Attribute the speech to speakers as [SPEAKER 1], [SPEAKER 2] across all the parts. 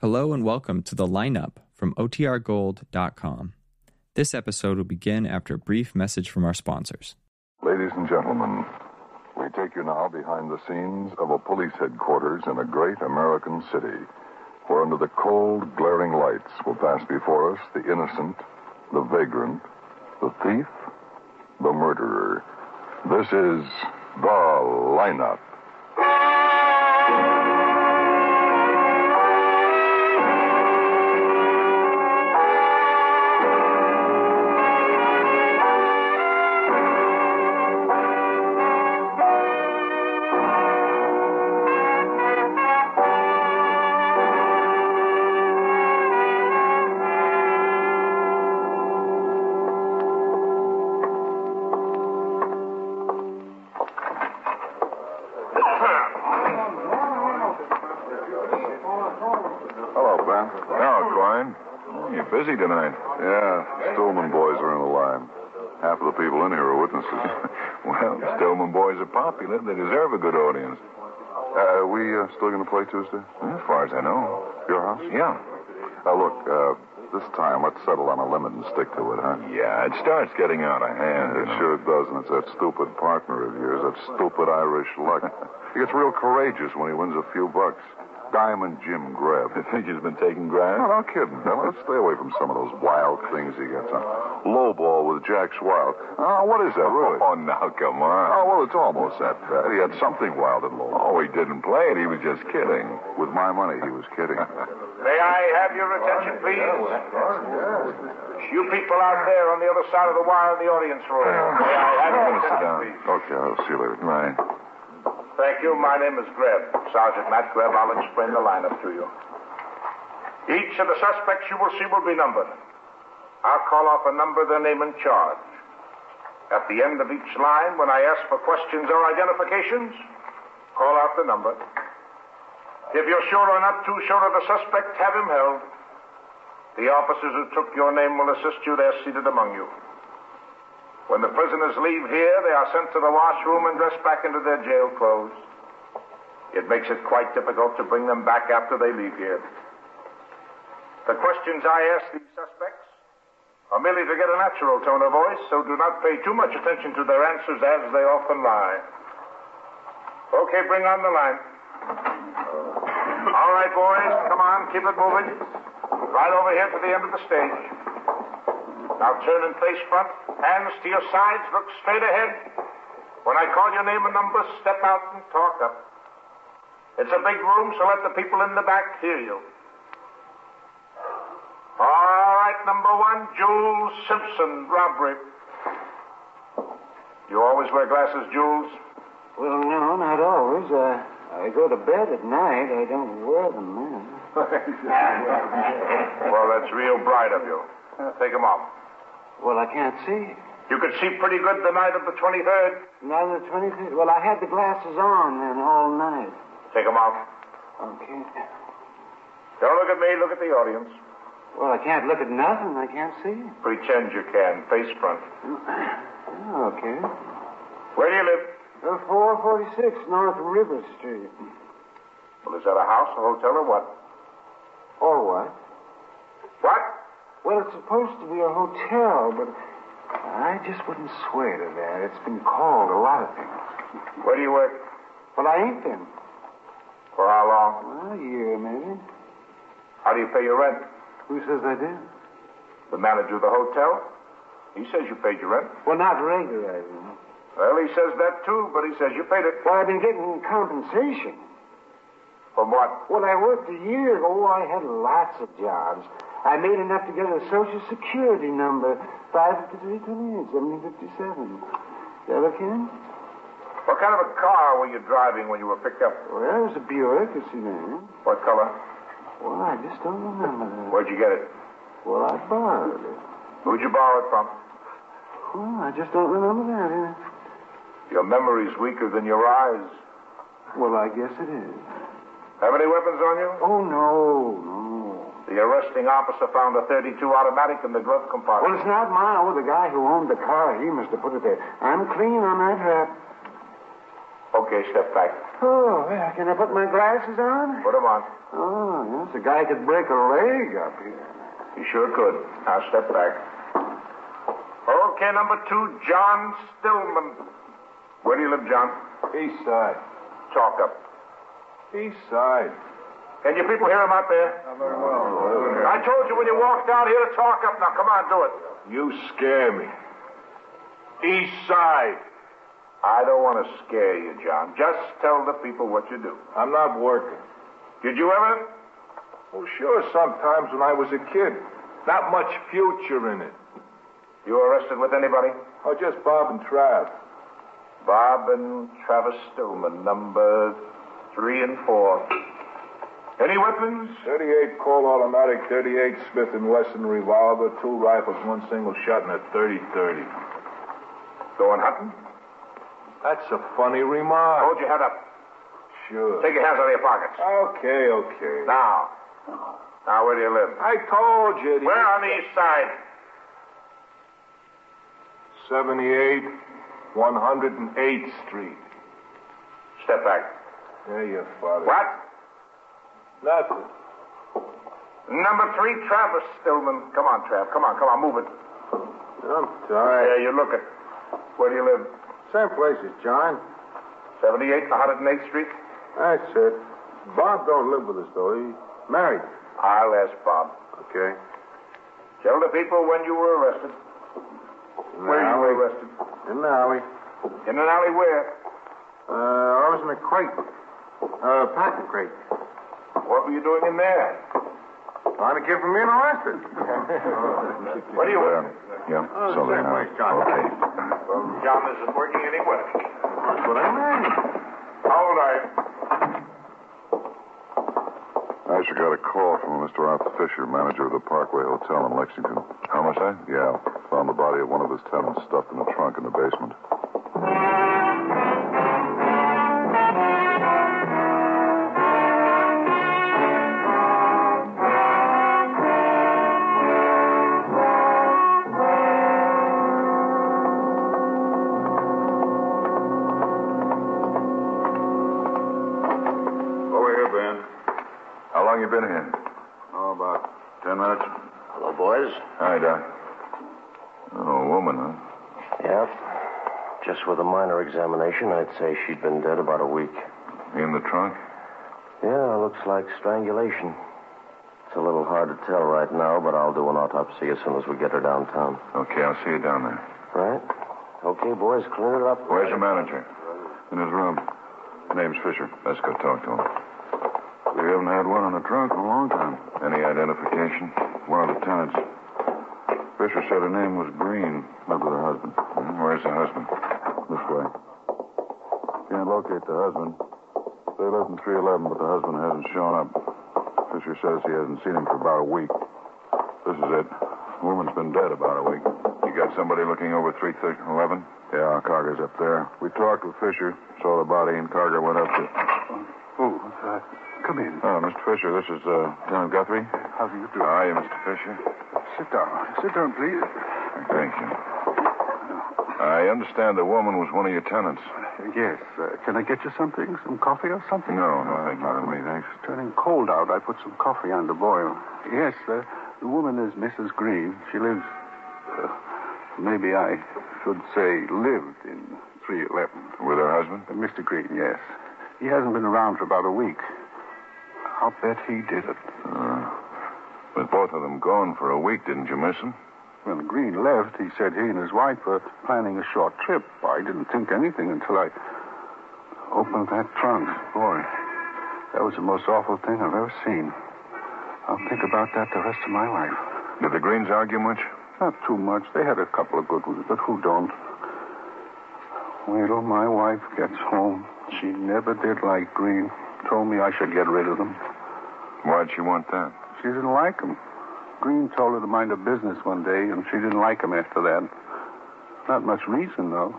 [SPEAKER 1] Hello and welcome to the lineup from OTRGold.com. This episode will begin after a brief message from our sponsors.
[SPEAKER 2] Ladies and gentlemen, we take you now behind the scenes of a police headquarters in a great American city, where under the cold, glaring lights will pass before us the innocent, the vagrant, the thief, the murderer. This is The Lineup. Hello, Ben. Now, Klein. You're busy tonight. Yeah, Stillman boys are in the line. Half of the people in here are witnesses. well, Stillman boys are popular. They deserve a good audience. Uh, we uh, still going to play Tuesday? As far as I know. Your house? Yeah. Uh, look, uh, this time let's settle on a limit and stick to it, huh? Yeah, it starts getting out of hand. It sure does, and it's that stupid partner of yours, that stupid Irish luck. he gets real courageous when he wins a few bucks. Diamond Jim Greb. You think he's been taking grabs? No, no kidding. Now, let's stay away from some of those wild things he gets on. Lowball with Jack Wild. Oh, what is that, really? Oh, now, come on. Oh, well, it's almost that bad. He had something wild in lowball. Oh, he didn't play it. He was just kidding. With my money, he was kidding. Oh,
[SPEAKER 3] May I have your attention, please? You people out there on the other side of the wire in the audience room. May I have your
[SPEAKER 2] Sit
[SPEAKER 3] attention,
[SPEAKER 2] down.
[SPEAKER 3] please?
[SPEAKER 2] Okay, I'll see you later. Right.
[SPEAKER 3] Thank you. My name is Greb. Sergeant Matt Greb. I'll explain the lineup to you. Each of the suspects you will see will be numbered. I'll call off a number, their name and charge. At the end of each line, when I ask for questions or identifications, call out the number. If you're sure or not too sure of the suspect, have him held. The officers who took your name will assist you. They're seated among you. When the prisoners leave here, they are sent to the washroom and dressed back into their jail clothes. It makes it quite difficult to bring them back after they leave here. The questions I ask these suspects are merely to get a natural tone of voice, so do not pay too much attention to their answers as they often lie. Okay, bring on the line. All right, boys, come on, keep it moving. Right over here to the end of the stage. Now turn and face front, hands to your sides, look straight ahead. When I call your name and number, step out and talk up. It's a big room, so let the people in the back hear you. All right, number one, Jules Simpson, robbery. You always wear glasses, Jules?
[SPEAKER 4] Well, no, not always. Uh, I, I go to bed at night. I don't wear them then.
[SPEAKER 3] Well, that's real bright of you. Take 'em off.
[SPEAKER 4] Well, I can't see.
[SPEAKER 3] You could see pretty good the night of the 23rd.
[SPEAKER 4] Neither the 23rd. Well, I had the glasses on then all night.
[SPEAKER 3] Take 'em off.
[SPEAKER 4] Okay.
[SPEAKER 3] Don't look at me, look at the audience.
[SPEAKER 4] Well, I can't look at nothing. I can't see.
[SPEAKER 3] Pretend you can, face front.
[SPEAKER 4] Oh, okay.
[SPEAKER 3] Where do you live?
[SPEAKER 4] Uh, 446 North River Street.
[SPEAKER 3] Well, is that a house, a hotel, or what?
[SPEAKER 4] Or what?
[SPEAKER 3] What?
[SPEAKER 4] Well, it's supposed to be a hotel, but I just wouldn't swear to that. It's been called a lot of things.
[SPEAKER 3] Where do you work?
[SPEAKER 4] But I ain't been.
[SPEAKER 3] For how long?
[SPEAKER 4] Well, a year maybe.
[SPEAKER 3] How do you pay your rent?
[SPEAKER 4] Who says I did?
[SPEAKER 3] The manager of the hotel? He says you paid your rent.
[SPEAKER 4] Well, not regular, I mean.
[SPEAKER 3] Well, he says that too, but he says you paid it.
[SPEAKER 4] Well, I've been getting compensation.
[SPEAKER 3] From what?
[SPEAKER 4] Well, I worked a year. Oh, I had lots of jobs. I made enough to get a social security number. 5328 1757. That okay?
[SPEAKER 3] What kind of a car were you driving when you were picked up?
[SPEAKER 4] Well, it was a Buick, it's your name.
[SPEAKER 3] What color?
[SPEAKER 4] Well, I just don't remember that.
[SPEAKER 3] Where'd you get it?
[SPEAKER 4] Well, I borrowed it.
[SPEAKER 3] Who'd you borrow it from?
[SPEAKER 4] Well, I just don't remember that. eh?
[SPEAKER 3] Your memory's weaker than your eyes.
[SPEAKER 4] Well, I guess it is.
[SPEAKER 3] Have any weapons on you?
[SPEAKER 4] Oh, no, no.
[SPEAKER 3] The arresting officer found a 32 automatic in the glove
[SPEAKER 4] Well,
[SPEAKER 3] compartment.
[SPEAKER 4] it's not mine. Oh, the guy who owned the car, he must have put it there. I'm clean on that rap.
[SPEAKER 3] Okay, step back.
[SPEAKER 5] Oh, well, can I put my glasses on?
[SPEAKER 3] Put 'em on.
[SPEAKER 5] Oh, yes, a guy could break a leg up here.
[SPEAKER 3] He sure could. Now step back. Okay, number two, John Stillman. Where do you live, John?
[SPEAKER 2] East side.
[SPEAKER 3] Talk up.
[SPEAKER 2] East side.
[SPEAKER 3] Can you people hear him out there?
[SPEAKER 2] Not very well.
[SPEAKER 3] I told you when you walked down here to talk up. Now come on, do it.
[SPEAKER 2] You scare me. East side.
[SPEAKER 3] I don't want to scare you, John. Just tell the people what you do.
[SPEAKER 2] I'm not working.
[SPEAKER 3] Did you ever?
[SPEAKER 2] Well, sure, sometimes when I was a kid. Not much future in it.
[SPEAKER 3] You were arrested with anybody?
[SPEAKER 2] Oh, just Bob and Trav.
[SPEAKER 3] Bob and Travis Stillman, number three and four. Any weapons?
[SPEAKER 2] 38 Colt automatic, 38 Smith and Wesson revolver, two rifles, one single shot, and a 30-30.
[SPEAKER 3] Going hunting?
[SPEAKER 2] That's a funny remark.
[SPEAKER 3] Hold your head up.
[SPEAKER 2] Oh, sure.
[SPEAKER 3] Take your hands out of your pockets.
[SPEAKER 2] Okay, okay.
[SPEAKER 3] Now. Now, where do you live?
[SPEAKER 2] I told you. the-
[SPEAKER 3] Where on the east side?
[SPEAKER 2] 78, 108th Street.
[SPEAKER 3] Step back.
[SPEAKER 2] There you father.
[SPEAKER 3] What?
[SPEAKER 2] Nothing.
[SPEAKER 3] Number three, Travis Stillman. Come on, Trav. Come on, come on, move it.
[SPEAKER 2] I'm
[SPEAKER 3] Yeah,
[SPEAKER 2] tired.
[SPEAKER 3] you look it. Where do you live?
[SPEAKER 2] Same place as John.
[SPEAKER 3] 78, 108th Street?
[SPEAKER 2] That's it. Bob don't live with us, though. He married.
[SPEAKER 3] I'll ask Bob.
[SPEAKER 2] Okay.
[SPEAKER 3] Tell the people when you were arrested.
[SPEAKER 2] In
[SPEAKER 3] Where you were arrested.
[SPEAKER 2] In the alley.
[SPEAKER 3] In an alley where?
[SPEAKER 2] Uh, I was in a crate. Uh, packing crate.
[SPEAKER 3] What were you doing in there?
[SPEAKER 2] Trying to get from being arrested.
[SPEAKER 3] What do you
[SPEAKER 2] Well,
[SPEAKER 3] want?
[SPEAKER 2] Yeah,
[SPEAKER 5] Oh,
[SPEAKER 2] so
[SPEAKER 5] same
[SPEAKER 2] way, John. Okay.
[SPEAKER 3] John isn't working anywhere.
[SPEAKER 2] That's what I mean.
[SPEAKER 3] How old are you?
[SPEAKER 2] I just got a call from Mr. Arthur Fisher, manager of the Parkway Hotel in Lexington. Homicide? Yeah. Found the body of one of his tenants stuffed in a trunk in the basement. Over here, Ben. How long you been here? Oh, about ten minutes.
[SPEAKER 6] Hello, boys.
[SPEAKER 2] Hi, Doc. Oh, a woman, huh?
[SPEAKER 6] Yeah. Just with a minor examination, I'd say she'd been dead about a week.
[SPEAKER 2] In the trunk?
[SPEAKER 6] Yeah, looks like strangulation. It's a little hard to tell right now, but I'll do an autopsy as soon as we get her downtown.
[SPEAKER 2] Okay, I'll see you down there.
[SPEAKER 6] Right? Okay, boys, clean it up.
[SPEAKER 2] Where's the manager? In his room. Name's Fisher. Let's go talk to him. We haven't had one in the trunk in a long time. Any identification? One of the tenants. Fisher said her name was Green. Lives with her husband. Hmm, Where's the husband? This way. Can't locate the husband. They left him 311, but the husband hasn't shown up. Fisher says he hasn't seen him for about a week. This is it. Woman's been dead about a week. You got somebody looking over 311? Yeah, Carger's up there. We talked with Fisher, saw the body, and Carger went up to.
[SPEAKER 4] Oh, uh, come in.
[SPEAKER 2] Oh, Mr. Fisher, this is uh, Lieutenant Guthrie.
[SPEAKER 4] How do you do?
[SPEAKER 2] How are you, Mr. Fisher?
[SPEAKER 4] Sit down. Sit down, please.
[SPEAKER 2] Thank you. I understand the woman was one of your tenants.
[SPEAKER 4] Yes. Uh, can I get you something? Some coffee or something?
[SPEAKER 2] No, no, thank you. Not me, thanks.
[SPEAKER 4] It's turning cold out. I put some coffee on to boil. Yes, uh, the woman is Mrs. Green. She lives. Uh, maybe I should say lived in 311.
[SPEAKER 2] With her husband?
[SPEAKER 4] Uh, Mr. Green, yes. He hasn't been around for about a week. I'll bet he did it.
[SPEAKER 2] Uh, with both of them gone for a week, didn't you miss them?
[SPEAKER 4] When Green left, he said he and his wife were planning a short trip. I didn't think anything until I opened that trunk. Boy, that was the most awful thing I've ever seen. I'll think about that the rest of my life.
[SPEAKER 2] Did the Greens argue much?
[SPEAKER 4] Not too much. They had a couple of good ones, but who don't? Wait till my wife gets home. She never did like Green. Told me I should get rid of them.
[SPEAKER 2] Why'd she want that?
[SPEAKER 4] She didn't like him. Green told her to mind her business one day, and she didn't like him after that. Not much reason, though.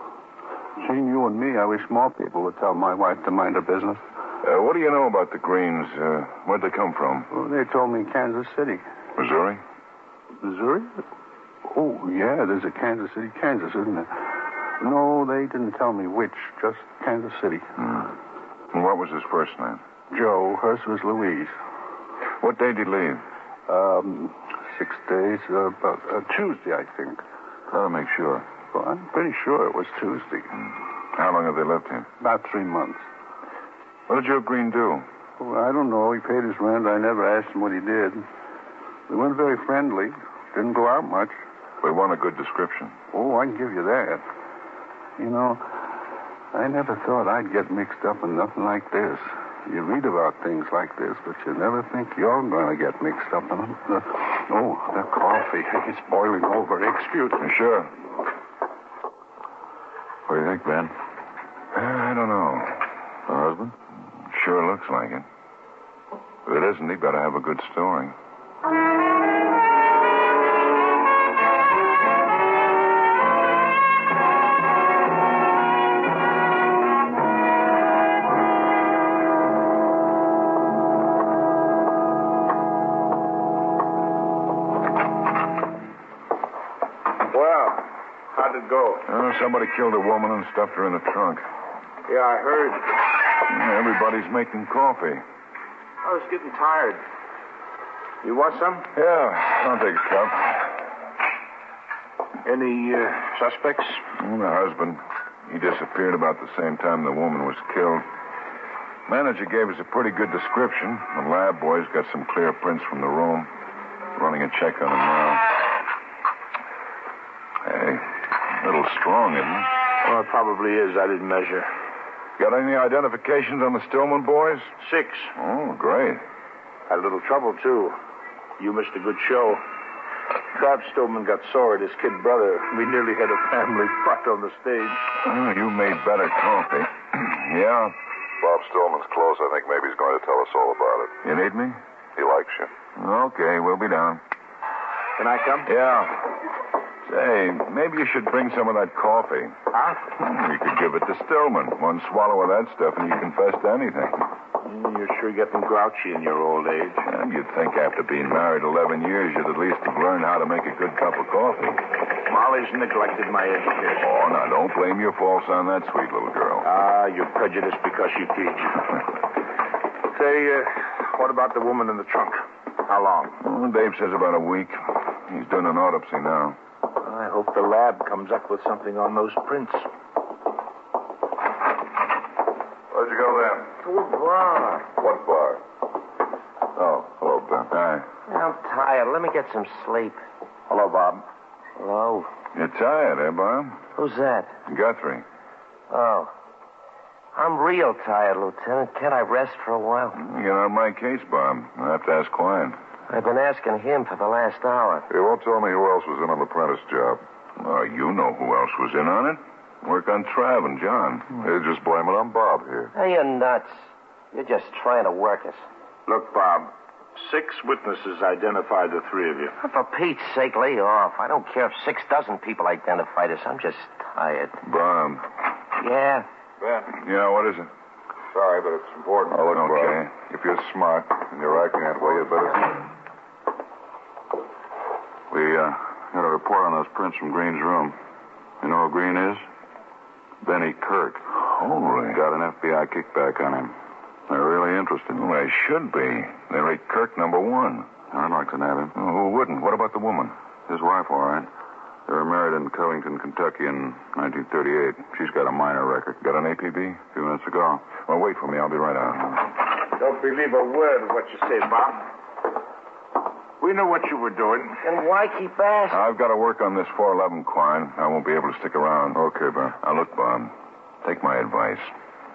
[SPEAKER 4] Between you and me, I wish more people would tell my wife to mind her business.
[SPEAKER 2] Uh, what do you know about the Greens? Uh, where'd they come from?
[SPEAKER 4] Well, they told me Kansas City.
[SPEAKER 2] Missouri?
[SPEAKER 4] Missouri? Oh, yeah, there's a Kansas City, Kansas, isn't there? No, they didn't tell me which, just Kansas City.
[SPEAKER 2] And what was his first name?
[SPEAKER 4] Joe, hers was Louise.
[SPEAKER 2] What day did he leave?
[SPEAKER 4] Um, six days, uh, about, uh, Tuesday, I think.
[SPEAKER 2] Gotta make sure.
[SPEAKER 4] Well, I'm pretty sure it was Tuesday.
[SPEAKER 2] How long have they left him?
[SPEAKER 4] About three months.
[SPEAKER 2] What did Joe Green do?
[SPEAKER 4] Well, I don't know. He paid his rent. I never asked him what he did. We weren't very friendly. Didn't go out much.
[SPEAKER 2] We want a good description.
[SPEAKER 4] Oh, I can give you that. You know, I never thought I'd get mixed up in nothing like this. You read about things like this, but you never think you're going to get mixed up in them. The- oh, the coffee. It's boiling over. Excuse me.
[SPEAKER 2] You sure? What do you think, Ben? Uh, I don't know. Her husband? Sure looks like it. If it isn't, he better have a good story.
[SPEAKER 3] Well, how'd it go?
[SPEAKER 2] Oh, somebody killed a woman and stuffed her in a trunk.
[SPEAKER 3] Yeah, I heard.
[SPEAKER 2] Yeah, Everybody's making coffee.
[SPEAKER 3] I was getting tired. You want some?
[SPEAKER 2] Yeah, I'll take a cup.
[SPEAKER 3] Any uh, suspects?
[SPEAKER 2] Well, the husband, he disappeared about the same time the woman was killed. Manager gave us a pretty good description. The lab boys got some clear prints from the room. Running a check on him now. Hey, a little strong, isn't it?
[SPEAKER 3] Well, it probably is. I didn't measure.
[SPEAKER 2] Got any identifications on the Stillman boys?
[SPEAKER 3] Six.
[SPEAKER 2] Oh, great.
[SPEAKER 3] Had a little trouble, too. You missed a good show. Trav Stillman got sore at his kid brother. We nearly had a family fight on the stage.
[SPEAKER 2] Oh, you made better coffee. yeah.
[SPEAKER 7] Bob Stillman's close. I think maybe he's going to tell us all about it.
[SPEAKER 2] You need me?
[SPEAKER 7] He likes you.
[SPEAKER 2] Okay, we'll be down.
[SPEAKER 3] Can I come?
[SPEAKER 2] Yeah. Say, maybe you should bring some of that coffee. Hmm,
[SPEAKER 3] Huh?
[SPEAKER 2] You could give it to Stillman. One swallow of that stuff and you confess to anything.
[SPEAKER 3] Mm, You're sure getting grouchy in your old age.
[SPEAKER 2] And you'd think after being married 11 years, you'd at least have learned how to make a good cup of coffee.
[SPEAKER 3] Molly's neglected my education.
[SPEAKER 2] Oh, now don't blame your faults on that sweet little girl.
[SPEAKER 3] Ah, you're prejudiced because you teach. Say, uh, what about the woman in the trunk? How long?
[SPEAKER 2] Well, Dave says about a week. He's doing an autopsy now.
[SPEAKER 3] I hope the lab comes up with something on those prints.
[SPEAKER 7] Where'd you go then?
[SPEAKER 6] To a bar.
[SPEAKER 7] What bar?
[SPEAKER 2] Oh, hello, Ben. Hi.
[SPEAKER 6] I'm tired. Let me get some sleep.
[SPEAKER 3] Hello, Bob.
[SPEAKER 6] Hello?
[SPEAKER 2] You're tired, eh, Bob?
[SPEAKER 6] Who's that?
[SPEAKER 2] Guthrie.
[SPEAKER 6] Oh. I'm real tired, Lieutenant. Can't I rest for a while?
[SPEAKER 2] You're on my case, Bob. I have to ask Klein.
[SPEAKER 6] I've been asking him for the last hour.
[SPEAKER 7] You won't tell me who else was in on the Prentice job.
[SPEAKER 2] Oh, you know who else was in on it. Work on Trav and John.
[SPEAKER 7] They just blame it on Bob here.
[SPEAKER 6] Hey, you nuts. You're just trying to work us.
[SPEAKER 3] Look, Bob. Six witnesses identified the three of you.
[SPEAKER 6] For Pete's sake, lay off. I don't care if six dozen people identified us. I'm just tired.
[SPEAKER 2] Bob.
[SPEAKER 6] Yeah.
[SPEAKER 7] Ben,
[SPEAKER 2] Yeah, what is it?
[SPEAKER 7] sorry, but it's important. Oh, look,
[SPEAKER 2] Okay.
[SPEAKER 7] Bob. If you're smart and you're acting that way, you better.
[SPEAKER 2] We uh, got a report on those prints from Green's room. You know who Green is? Benny Kirk. Holy. Got an FBI kickback on him. They're really interested. Well, they should be. They're at Kirk number one. I'd like to nab him. who wouldn't? What about the woman? His wife, all right. They were married in Covington, Kentucky in 1938. She's got a minor record. Got an APB? A few minutes ago. Well, wait for me. I'll be right out.
[SPEAKER 3] Don't believe a word of what you say, Bob. We know what you were doing.
[SPEAKER 6] Then why keep asking?
[SPEAKER 2] I've got to work on this 411, Quine. I won't be able to stick around. Okay, Bob. Now, look, Bob, take my advice.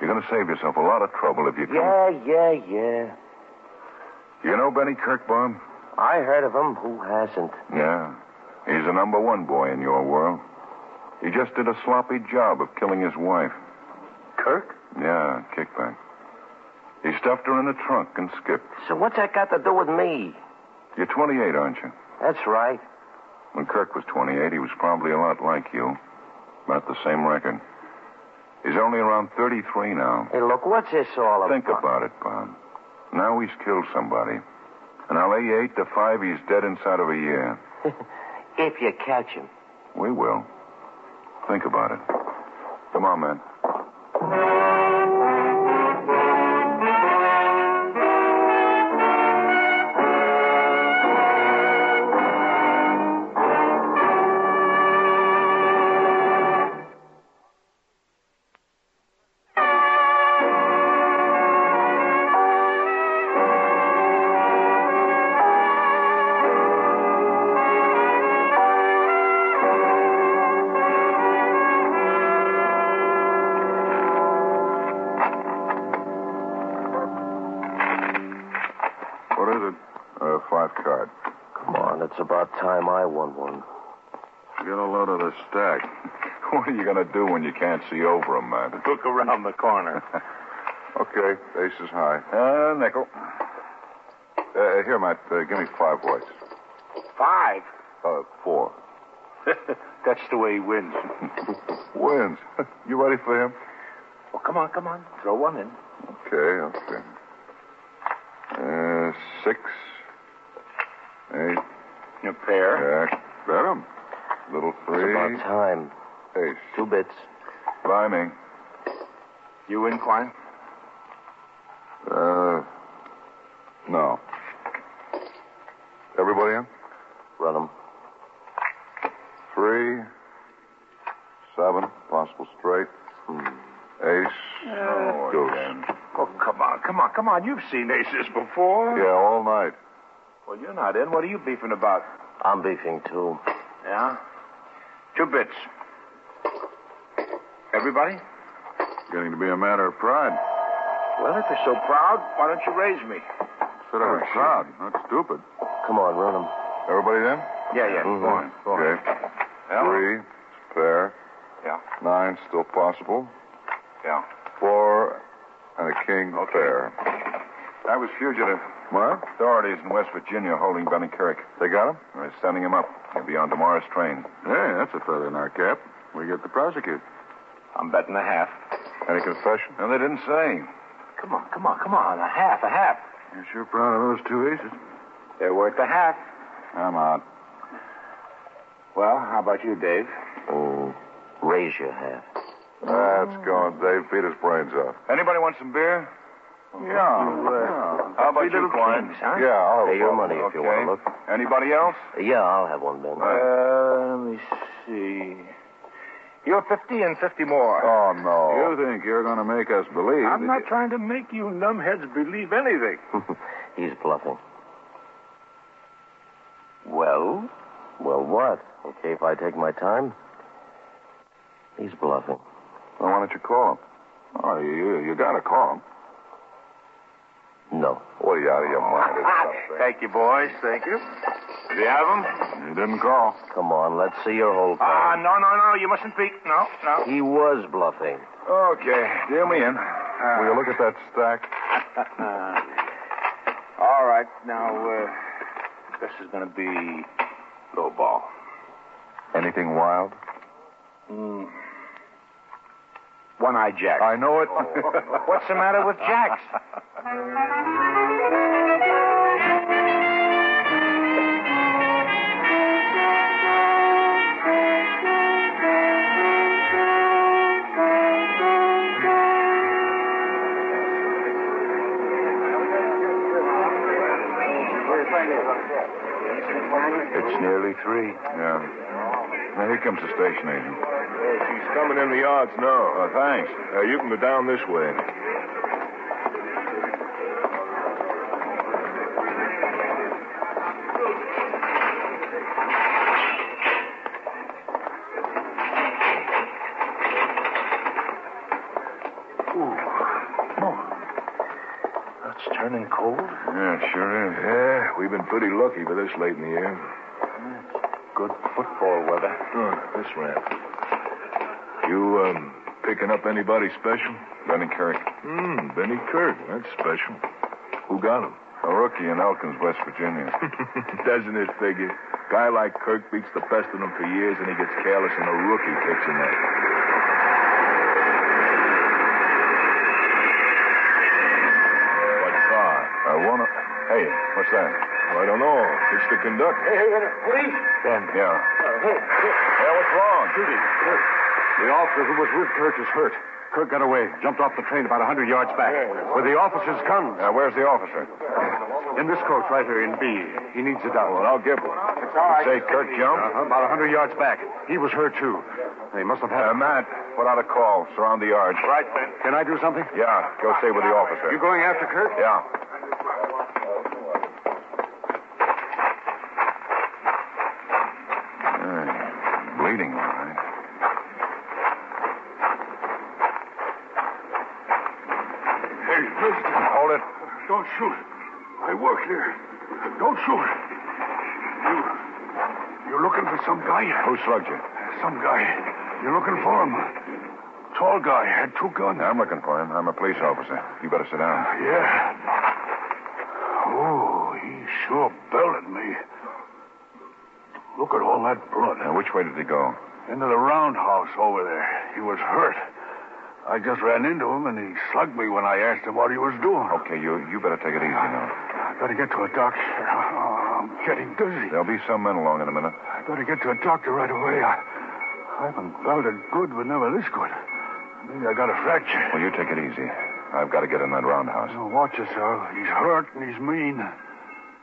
[SPEAKER 2] You're going to save yourself a lot of trouble if you can.
[SPEAKER 6] Yeah, yeah, yeah.
[SPEAKER 2] You know Benny Kirk, Bob?
[SPEAKER 6] I heard of him. Who hasn't?
[SPEAKER 2] Yeah. He's the number one boy in your world. He just did a sloppy job of killing his wife.
[SPEAKER 3] Kirk?
[SPEAKER 2] Yeah, kickback. He stuffed her in a trunk and skipped.
[SPEAKER 6] So what's that got to do with me?
[SPEAKER 2] You're 28, aren't you?
[SPEAKER 6] That's right.
[SPEAKER 2] When Kirk was 28, he was probably a lot like you. About the same record. He's only around 33 now.
[SPEAKER 6] Hey, look, what's this all about?
[SPEAKER 2] Think about it, Bob. Now he's killed somebody. And I'll lay you eight to five, he's dead inside of a year.
[SPEAKER 6] If you catch him.
[SPEAKER 2] We will. Think about it. Come on, man. Five card.
[SPEAKER 6] Come on, it's about time I won one.
[SPEAKER 2] Get a load of the stack. What are you going to do when you can't see over 'em, man?
[SPEAKER 3] Look around the corner.
[SPEAKER 2] Okay, ace is high. Uh, nickel. Uh, here, Matt, uh, give me five whites.
[SPEAKER 3] Five.
[SPEAKER 2] Uh, four.
[SPEAKER 3] That's the way he wins.
[SPEAKER 2] Wins. you ready for him?
[SPEAKER 3] Well, Oh, come on, come on. Throw one in.
[SPEAKER 2] Okay, okay. Uh, six. Eight.
[SPEAKER 3] A pair.
[SPEAKER 2] Jack. Bet him. Little
[SPEAKER 6] It's
[SPEAKER 2] three.
[SPEAKER 6] about time.
[SPEAKER 2] Ace.
[SPEAKER 6] Two bits.
[SPEAKER 2] Climbing.
[SPEAKER 3] You incline.
[SPEAKER 2] Uh, no. Everybody in?
[SPEAKER 6] Run 'em.
[SPEAKER 2] Three. Seven. Possible straight.
[SPEAKER 6] Hmm.
[SPEAKER 2] Ace. Oh, deuce.
[SPEAKER 3] Oh, Uh, come on, come on, come on. You've seen aces before.
[SPEAKER 2] Yeah, all night.
[SPEAKER 3] Well, you're not in. What are you beefing about?
[SPEAKER 6] I'm beefing, too.
[SPEAKER 3] Yeah? Two bits. Everybody?
[SPEAKER 2] Getting to be a matter of pride.
[SPEAKER 3] Well, if you're so proud, why don't you raise me?
[SPEAKER 2] Sit up and crowd. Not stupid.
[SPEAKER 6] Oh, Come on, run 'em.
[SPEAKER 2] Everybody in?
[SPEAKER 3] Yeah, yeah.
[SPEAKER 6] Mhm.
[SPEAKER 3] Go on. Go on.
[SPEAKER 2] Okay. Three. It's fair.
[SPEAKER 3] Yeah.
[SPEAKER 2] Nine, still possible.
[SPEAKER 3] Yeah.
[SPEAKER 2] Four, and a king fair.
[SPEAKER 8] I was fugitive.
[SPEAKER 2] What?
[SPEAKER 8] Authorities in West Virginia holding Benny Kirk.
[SPEAKER 2] They got him?
[SPEAKER 8] They're sending him up. He'll be on tomorrow's train.
[SPEAKER 2] Hey, that's a feather in our cap. We get to prosecute.
[SPEAKER 3] I'm betting a half.
[SPEAKER 2] Any confession?
[SPEAKER 8] And they didn't say.
[SPEAKER 3] Come on, come on, come on. A half, a half.
[SPEAKER 2] You're sure proud of those two aces.
[SPEAKER 3] They're worth a half.
[SPEAKER 2] I'm out.
[SPEAKER 3] Well, how about you, Dave?
[SPEAKER 6] Oh, raise your hat.
[SPEAKER 2] That's going. Dave beat his brains out.
[SPEAKER 8] Anybody want some beer?
[SPEAKER 2] Yeah.
[SPEAKER 8] How about you, Klein?
[SPEAKER 3] Kings, huh?
[SPEAKER 2] Yeah, I'll
[SPEAKER 6] Pay your money if you want to look.
[SPEAKER 8] Anybody else?
[SPEAKER 6] Yeah, I'll have one, Ben.
[SPEAKER 3] Uh, let me see. You're 50 and 50 more.
[SPEAKER 2] Oh, no. You think you're going to make us believe.
[SPEAKER 3] I'm
[SPEAKER 2] that
[SPEAKER 3] not trying to make you numbheads believe anything.
[SPEAKER 6] He's bluffing. Well? Well, what? Okay, if I take my time? He's bluffing.
[SPEAKER 2] you- Well, why don't you call him? Oh, you, you got to call him.
[SPEAKER 6] No.
[SPEAKER 2] What are you out of your mind? or
[SPEAKER 3] Thank you, boys. Thank you. Do you have them?
[SPEAKER 2] something? You didn't call.
[SPEAKER 6] Come on, let's see your whole
[SPEAKER 3] Ah,
[SPEAKER 6] card.
[SPEAKER 3] no, no, no. You mustn't peek. No, no.
[SPEAKER 6] He was bluffing.
[SPEAKER 2] Okay, deal me in. Will you look at that stack?
[SPEAKER 3] All right. Now, uh, this is going to be low ball.
[SPEAKER 2] Anything wild?
[SPEAKER 3] One eye jack.
[SPEAKER 2] I know it.
[SPEAKER 3] What's the matter with jacks?
[SPEAKER 2] It's nearly three. Yeah. Now, here comes the station agent. Oh,
[SPEAKER 8] She's coming in the yards now. Uh, thanks. Uh, you can go down this way.
[SPEAKER 3] It's turning cold.
[SPEAKER 8] Yeah, it sure is. Yeah, we've been pretty lucky for this late in the year.
[SPEAKER 3] Good football weather.
[SPEAKER 8] Oh, this ramp. You, um, picking up anybody special?
[SPEAKER 2] Benny Kirk.
[SPEAKER 8] Hmm, Benny Kirk. That's special. Who got him?
[SPEAKER 2] A rookie in Elkins, West Virginia.
[SPEAKER 8] Doesn't it figure? Guy like Kirk beats the best of them for years, and he gets careless, and a rookie picks him up. What car?
[SPEAKER 2] I wanna. Hey, what's that?
[SPEAKER 8] I don't know. It's the conductor.
[SPEAKER 4] Hey, police!
[SPEAKER 2] Yeah. Yeah, what's wrong? Judy.
[SPEAKER 9] The officer who was with Kirk is hurt. Kirk got away, jumped off the train about 100 yards back. With the officer's gun.
[SPEAKER 2] Now, where's the officer?
[SPEAKER 9] In this coach right here in B. He needs it out.
[SPEAKER 2] Well, I'll give one. Say, Kirk jumped.
[SPEAKER 9] Uh-huh, about 100 yards back. He was hurt, too. They must have had
[SPEAKER 2] Uh,
[SPEAKER 9] him.
[SPEAKER 2] Matt, put out a call. Surround the yard. Right.
[SPEAKER 9] Can I do something?
[SPEAKER 2] Yeah, go stay with the officer.
[SPEAKER 9] You going after Kirk?
[SPEAKER 2] Yeah. Hey, Bleeding, all right.
[SPEAKER 10] Hey, listen.
[SPEAKER 2] Hold it.
[SPEAKER 10] Don't shoot. I work here.
[SPEAKER 4] Don't shoot. You, you're looking for some guy?
[SPEAKER 3] Who slugged you?
[SPEAKER 4] Some guy. You're looking for him. Tall guy, had two guns. Ah,
[SPEAKER 3] I'm looking for him. I'm a police officer. You better sit down.
[SPEAKER 4] Yeah. Oh, he sure belted me. Look at all that blood.
[SPEAKER 3] Now, which way did he go?
[SPEAKER 4] Into the roundhouse over there. He was hurt. I just ran into him, and he slugged me when I asked him what he was doing.
[SPEAKER 3] Okay, you you better take it easy now.
[SPEAKER 4] I gotta get to a doctor. Oh, I'm getting dizzy.
[SPEAKER 3] There'll be some men along in a minute.
[SPEAKER 4] I gotta get to a doctor right away. I, I've been belted good, but never this good. Maybe I got a fracture.
[SPEAKER 3] Well, you take it easy. I've got to get in that roundhouse.
[SPEAKER 4] Now, watch yourself. He's hurt and he's mean.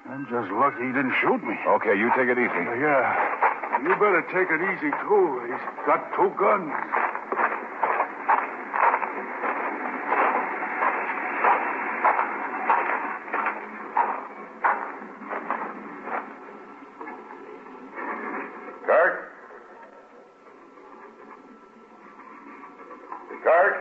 [SPEAKER 4] I'm just lucky he didn't shoot me.
[SPEAKER 3] Okay, you take it easy.
[SPEAKER 4] Yeah. You better take it easy, too. He's got two guns.
[SPEAKER 11] Kirk? Kirk?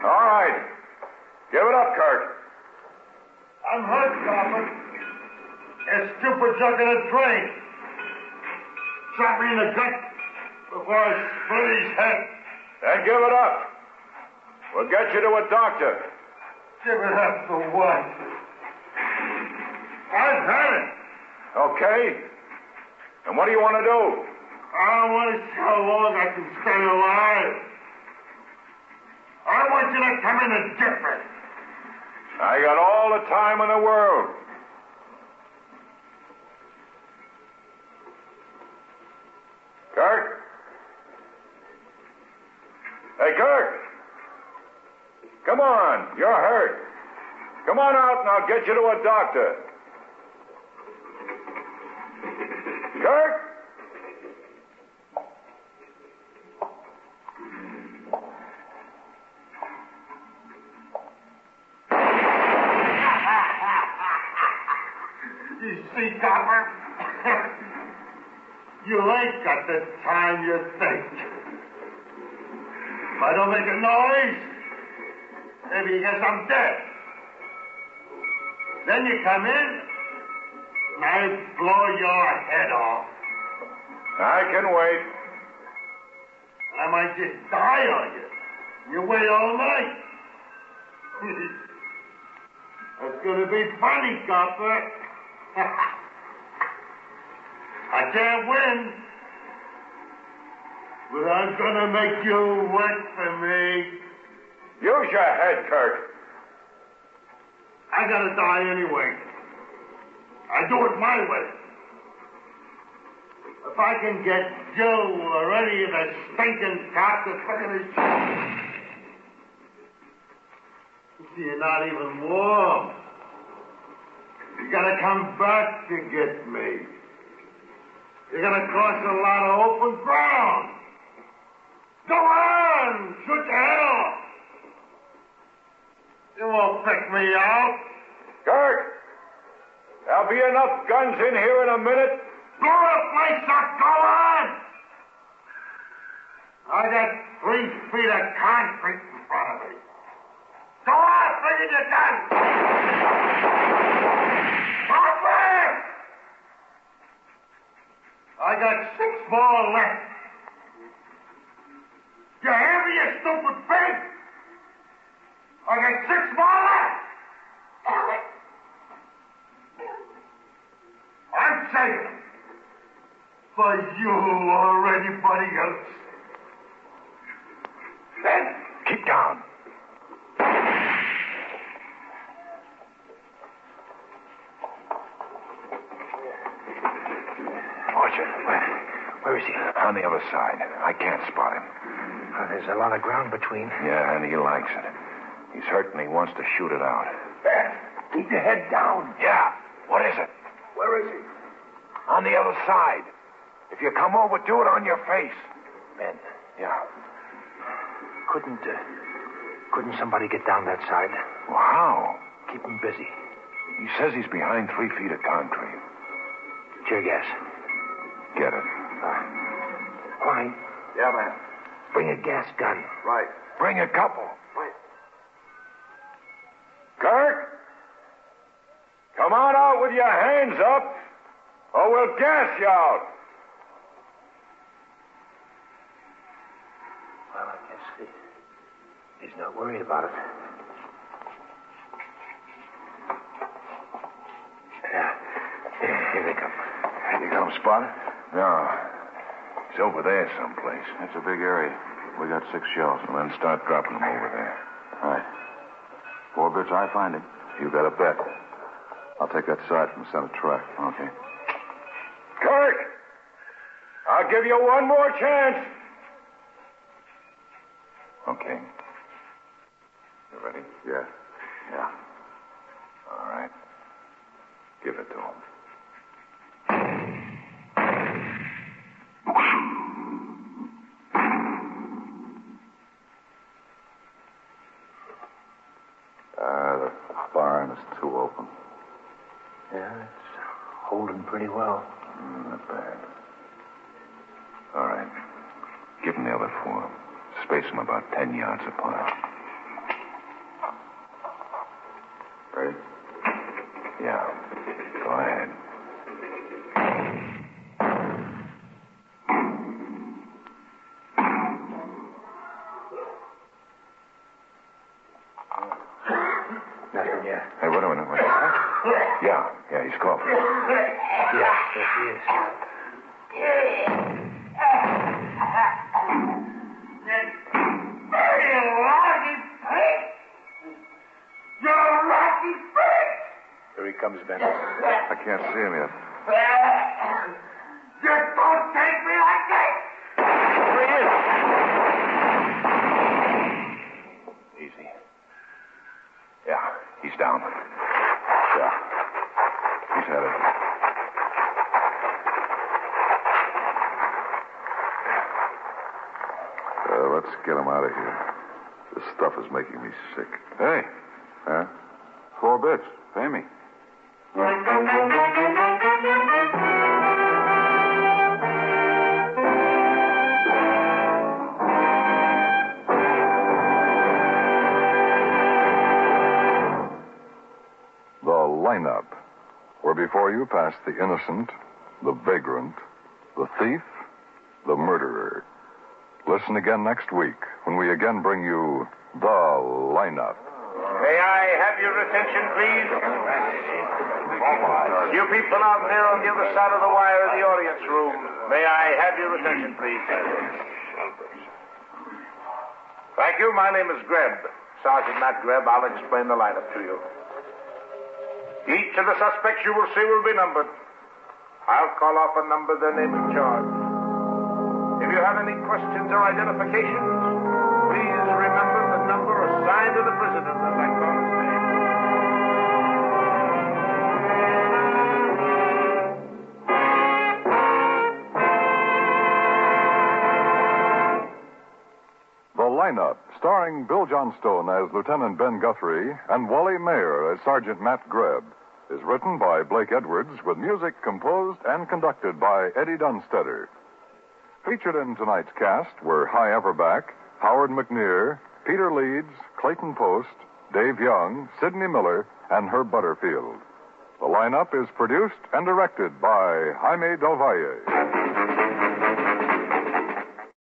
[SPEAKER 3] All right. Give it up, Kirk.
[SPEAKER 11] I'm hurt, Copper. That stupid junk in the train. Shot me in the gut before I split his head.
[SPEAKER 3] Then give it up. We'll get you to a doctor.
[SPEAKER 11] Give it up for what? I've had it.
[SPEAKER 3] Okay? And what do you want to do?
[SPEAKER 11] I want to see how long I can stay alive. I want you to come in and get me.
[SPEAKER 3] I got all the time in the world. Kirk? Hey, Kirk! Come on, you're hurt. Come on out and I'll get you to a doctor. Kirk?
[SPEAKER 11] You see, Copper? you ain't got the time you think. If I don't make a noise, maybe he guess I'm dead. Then you come in, and I blow your head off.
[SPEAKER 3] I can wait.
[SPEAKER 11] And I might just die on you. You wait all night. That's gonna be funny, Copper. I can't win. But I'm gonna make you work for me.
[SPEAKER 3] Use your head, Kirk.
[SPEAKER 11] I gotta die anyway. I do it my way. If I can get Joe or any of the stinking cops to look at his... You see, you're not even warm. You gotta come back to get me. You're gonna cross a lot of open ground. Go on! Shoot your head off! You won't pick me out.
[SPEAKER 3] Kirk! There'll be enough guns in here in a minute.
[SPEAKER 11] Blow the place up! Go on! I got three feet of concrete in front of me. Go on, bring in your gun! Copper! I got six more left. You hear me, you stupid pig? I got six more left. I'm saving them for you or anybody else. Then
[SPEAKER 3] Keep down. Watch it. Where, where is he? On the other side. I can't spot him.
[SPEAKER 2] Uh, there's a lot of ground between.
[SPEAKER 3] Yeah, and he likes it. He's hurt and he wants to shoot it out.
[SPEAKER 2] Keep your head down.
[SPEAKER 3] Yeah. What is it?
[SPEAKER 2] Where is he?
[SPEAKER 3] On the other side. If you come over, do it on your face.
[SPEAKER 2] Men,
[SPEAKER 3] Yeah.
[SPEAKER 2] couldn't uh, couldn't somebody get down that side?
[SPEAKER 3] Well, how?
[SPEAKER 2] Keep him busy.
[SPEAKER 3] He says he's behind three feet of concrete.
[SPEAKER 2] Tear gas.
[SPEAKER 3] Get it.
[SPEAKER 2] Fine.
[SPEAKER 3] Yeah, man.
[SPEAKER 12] Bring a gas gun.
[SPEAKER 3] Right.
[SPEAKER 12] Bring a couple.
[SPEAKER 3] Wait.
[SPEAKER 12] Kirk! Come on out with your hands up, or we'll gas you out.
[SPEAKER 13] Well, I guess he, he's not worried about it. Yeah. Yeah, Here they come.
[SPEAKER 7] You got him spotted?
[SPEAKER 2] No.
[SPEAKER 7] He's over there someplace.
[SPEAKER 2] That's a big area. We got six shells, and then start dropping them over there.
[SPEAKER 6] All right. Four bits, I find him.
[SPEAKER 2] You got a bet. I'll take that side from center track.
[SPEAKER 6] Okay.
[SPEAKER 12] Kirk! I'll give you one more chance.
[SPEAKER 2] Okay. You ready?
[SPEAKER 6] Yeah.
[SPEAKER 2] Yeah. All right. Give it to him. Ah, the barn is too open.
[SPEAKER 13] Yeah, it's holding pretty well.
[SPEAKER 2] Mm, not bad. All right. Give him the other four. Space them about ten yards apart. Ready? Yeah. Go ahead.
[SPEAKER 13] Nothing yet.
[SPEAKER 2] Hey, wait a minute. Wait a minute. Yeah, yeah, he's coughing.
[SPEAKER 13] Yeah, yes, he is. Here he comes, Ben.
[SPEAKER 2] I can't see him yet. Easy. Yeah, he's down. Yeah. He's had it. Uh, let's get him out of here. This stuff is making me sick.
[SPEAKER 4] Hey,
[SPEAKER 2] Huh?
[SPEAKER 4] four bits. Pay me.
[SPEAKER 2] The lineup, where before you pass the innocent, the vagrant, the thief, the murderer. Listen again next week when we again bring you the lineup.
[SPEAKER 3] May I have your attention, please? You people out there on the other side of the wire in the audience room, may I have your attention, please? Thank you. My name is Greb. Sergeant Matt Greb. I'll explain the lineup to you. Each of the suspects you will see will be numbered. I'll call off a number, their name and charge. If you have any questions or identifications, please remember the number assigned to the prisoner as I call his name.
[SPEAKER 2] The lineup, starring Bill Johnstone as Lieutenant Ben Guthrie and Wally Mayer as Sergeant Matt Greb, is written by Blake Edwards with music composed and conducted by Eddie Dunstetter. Featured in tonight's cast were High Everback, Howard McNear, Peter Leeds, Clayton Post, Dave Young, Sidney Miller, and Herb Butterfield. The lineup is produced and directed by Jaime Del Valle.